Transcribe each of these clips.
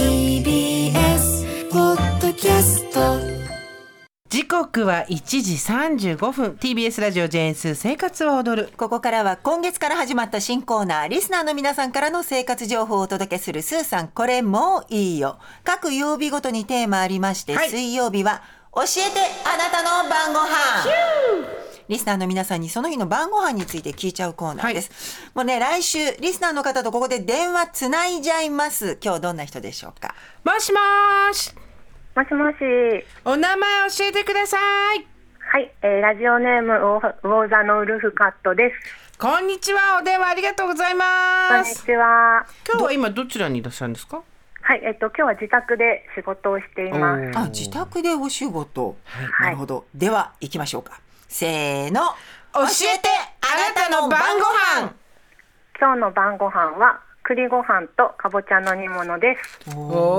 ー TBS ポッドキャスト時刻は1時35分 TBS ラジオ JS 生活は踊るここからは今月から始まった新コーナー、リスナーの皆さんからの生活情報をお届けする、スーさん、これもういいよ。各曜日ごとにテーマありまして、はい水曜日は、教えてあなたの晩ご飯リスナーの皆さんにその日の晩ご飯について聞いちゃうコーナーです。もうね、来週、リスナーの方とここで電話つないじゃいます。今日どんな人でしょうかもしもーしもしもし。お名前教えてくださいはい、えー、ラジオネームウォウォーザのウルフカットです。こんにちはお電話ありがとうございこんまにすちは。今日は今どちらにいらっしゃるんですかはい、えっと今日は自宅で仕事をしています。あ、自宅でお仕事。いなるほど。では、行きましょうか。せーの。教えてあなたの晩ご飯今日の晩ご飯は栗ご飯とかぼちゃの煮物です。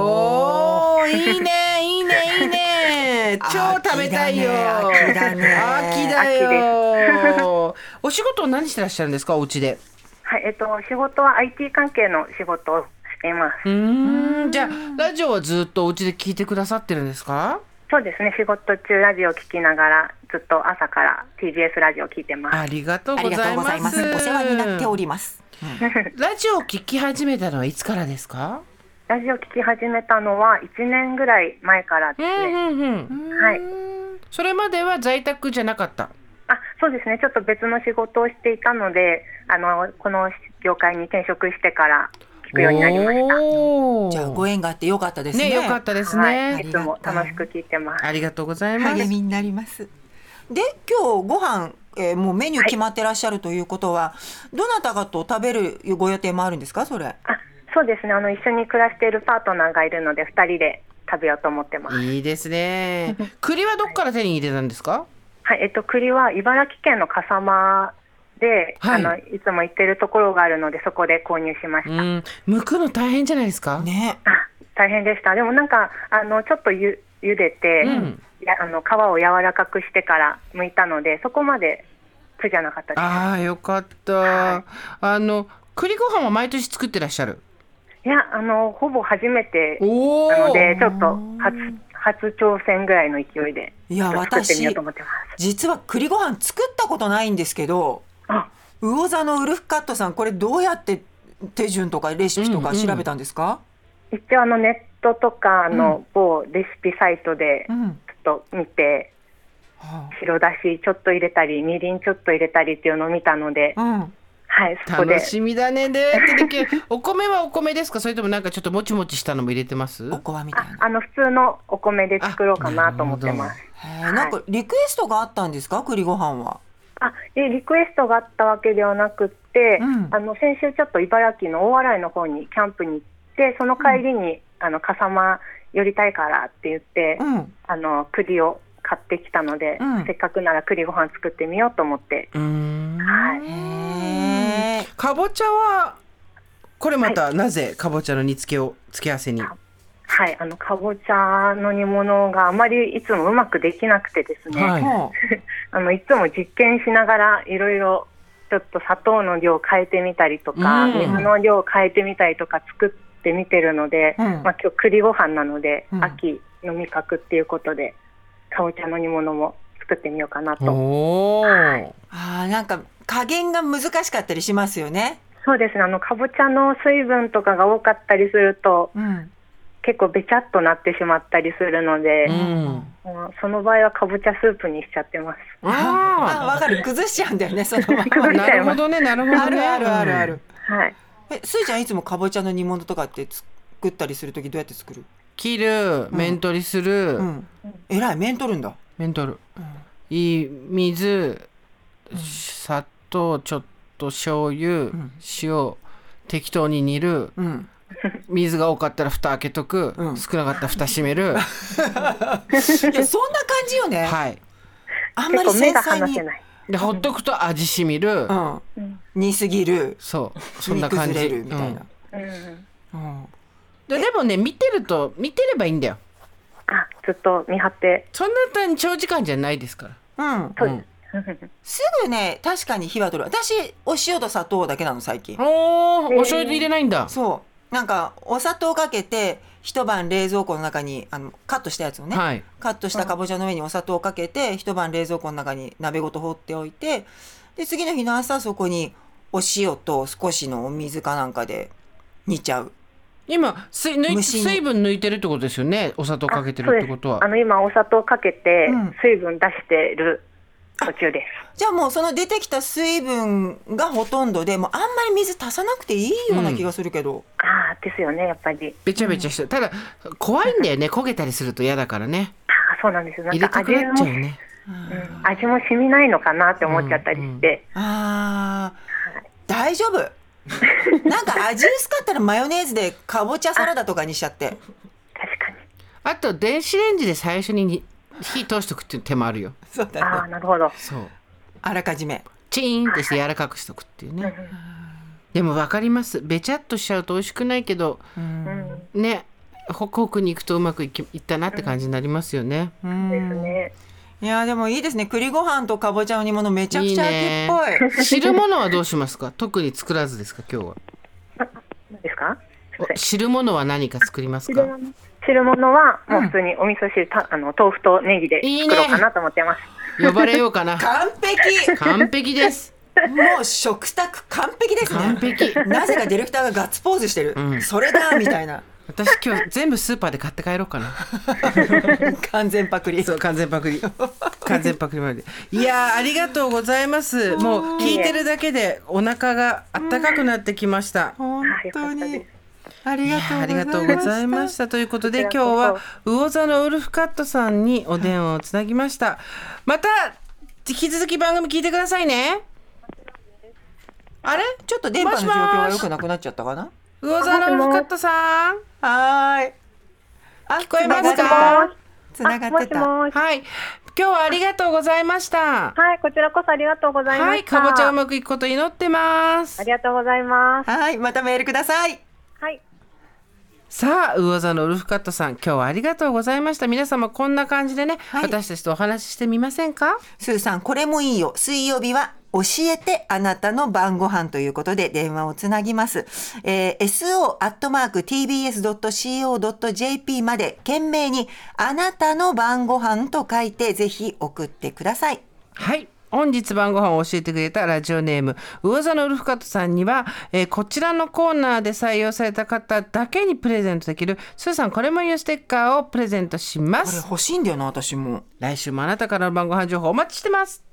おーいいねいいねいいね超食べたいよ秋だね秋だよ お仕事何してらっしゃるんですかお家ではい、えっと仕事は IT 関係の仕事をしています。うーんじゃあラジオはずっとお家で聞いてくださってるんですかそうですね、仕事中ラジオを聞きながらずっと朝から TBS ラジオを聞いてます。ありがとうあごりがざというございまますす。お世話になっております。ラジオを聞き始めたのはいつからですかラジオ聞き始めたのは1年ぐらい前からですね。んうんはい。それまでは在宅じゃなかったあそうですね、ちょっと別の仕事をしていたので、あのこの業界に転職してから聞くようになりました。おーじゃあご縁があってよかったですね。ねよかったですね、はい、ねいつも楽しく聞いてます。ありがとうございます、励みになります。で、今日ご飯、えーもうメニュー決まってらっしゃるということは、どなたかと食べるご予定もあるんですか、それ。あそうですね、あの一緒に暮らしているパートナーがいるので、二人で食べようと思ってます。いいですね栗はどこから手に入れたんですかはい、えっと栗は茨城県の笠間で、はいい、あのいつも行ってるところがあるので、そこで購入しました。うん剥くの大変じゃないですか、ね。あ大変でした。でもなんかあのちょっとゆ茹でて、うんやあの皮を柔らかくしてから剥いたので、そこまで苦じゃなかったです。ああよかった、はあの栗ご飯は毎年作ってらっしゃるいや、あの、ほぼ初めておおなので、ちょっと初、初挑戦ぐらいの勢いで、いちやょっと作ってみようと思ってます。実は栗ご飯作ったことないんですけど、あ魚座のウルフカットさん、これどうやって手順とかレシピとうかんうん調べたんですか、一応、あの、ネットとか、あの、某レシピサイトで、うちんょっと見て、は白だしちょっと入れたり、みりんちょっと入れたりっていうのを見たので、あうん。はい、そこで楽。しみだねでででお米はお米ですかそれともなんかちょっともちもちしたのも入れてますおこわみたいあな。あの、普通のお米で作ろうかなと思ってます。へーなんかリクエストがあったんですか栗ご飯は。あでリクエストがあったわけではなくって、うんあの先週ちょっと茨城の大洗の方にキャンプに行ってその帰りに、あの笠間寄りたいからって言って、うん。あの栗を買ってきたので、うんせっかくなら栗ご飯作ってみようと思って、うーんはい、へーかぼちゃはこれまたなぜかぼちゃの煮付けを付け合わせに、はい、あのかぼちゃの煮物があまりいつもうまくできなくてですね、はいほうあのいつも実験しながらいろいろちょっと砂糖の量を変えてみたりとか、うん水の量を変えてみたりとか作ってみてるので、うんまあ、今日栗ご飯なので、うん秋の味覚っていうことでかぼちゃの煮物も作ってみようかなと。おお、あーなんか加減が難しかったりしますよね。そうですねあのかぼちゃの水分とかが多かったりするとうん。結構べちゃっとなってしまったりするのでう、ん、もうその場合はかぼちゃスープにしちゃってます。あ、あわかる。崩しちゃうんだよね、その まあまね。なるほどねなるほどねあるあるあるある。はいえ、すいちゃんいつもかぼちゃの煮物とかって作ったりするときどうやって作る？切る面取りする、うん。えらい面取るんだ。面取る、いい水砂糖ちょっと醤油、ん塩適当に煮るうん。水が多かったら蓋開けとく、うん少なかったら蓋閉めるいやそんな感じよね。はいあんま結り繊構目が細離にせ。ない。でほっとくと味しみる、うんうん煮すぎるそうそん煮な感崩じれるみたいな、うんうんうんででもね見てると見てればいいんだよあずっと見張ってそんな単に長時間じゃないですからうん、そううでんすすぐね確かに火は取る私お塩と砂糖だけなの最近おーおー醤油入れないんだ、そうなんかお砂糖かけて一晩冷蔵庫の中にあのカットしたやつをね、はいカットしたかぼちゃの上にお砂糖をかけて一晩冷蔵庫の中に鍋ごと放っておいてで次の日の朝そこにお塩と少しのお水かなんかで煮ちゃう今水抜い蒸し煮水分抜いてるってことですよねお砂糖かけてあそうるっでてすことはあの今お砂糖かけてうん水分出してる途中です、じゃあもうその出てきた水分がほとんどでもうあんまり水足さなくていいような気がするけど、ああですよねやっぱりべちゃべちゃしてただ怖いんだよね焦げたりすると嫌だからねああそうなんですよな入んれかたく味なっちゃうよも、ねうん味も染みないのかなって思っちゃったりして、あー大丈夫なんか味薄かったらマヨネーズでかぼちゃサラダとかにしちゃって確かにあと電子レンジで最初にに火通しておくっていう手もあるよそうだああねなるほどそうあらかじめチーンってして柔らかくしとくっていうねでも分かりますべちゃっとしちゃうと美味しくないけどうんねホクホクに行くとうまくいきいったなって感じになりますよね、うんですねいやでもいいですね栗ご飯とかぼちゃの煮物めちゃくちゃ秋っぽい汁物はどうしますか 特に作らずですか今日は何ですかすいまおせん汁物は何か作ります汁か物汁物はもう普通にお味噌汁たあの豆腐とネギで作ろうかなと思ってます呼ばれようか な完璧完璧ですもう食卓完璧ですね 完璧なぜかディレクターがガッツポーズしてる、んそれだみたい な私今日全部スーパーで買って帰ろうかな完全パクリそう完全パクリ 完全パクリまでいやーありがとうございますもう聞いてるだけでお腹があったかくなってきました本当あよにかありいやーありがとがうとうごござざいいままししたということで今こち日らこそは魚座のウルフカットさんにお電話をつなぎましたまた引き続き番組聞いてくださいねあれたちょっと電波の状況が良くなくなっちゃったかな魚座のウルフカットさんはーいあ聞こえますかあつながってたもしもしはい今日はありがとうございましたはいこちらこそありがとうございまはしいたかぼちゃうまくいくこと祈ってますありがとうございますはいまたメールくださいはいさあ魚座のウルフカットさん今日はありがとうございました皆様こんな感じでね、はい私たちとお話ししてみませんかスーさんこれもいいよ水曜日は教えてあなたの晩ご飯ということで電話をつなぎます、えー、so.tbs.co.jp まで懸命にあなたの晩ご飯と書いてぜひ送ってくださいはい本日晩ご飯を教えてくれたラジオネーム魚座のウルフカットさんには、えーこちらのコーナーで採用された方だけにプレゼントできるスーさんこれもいいよステッカーをプレゼントしまこれす欲しいんだよな私も来週もあなたからの晩ご飯情報お待ちしてます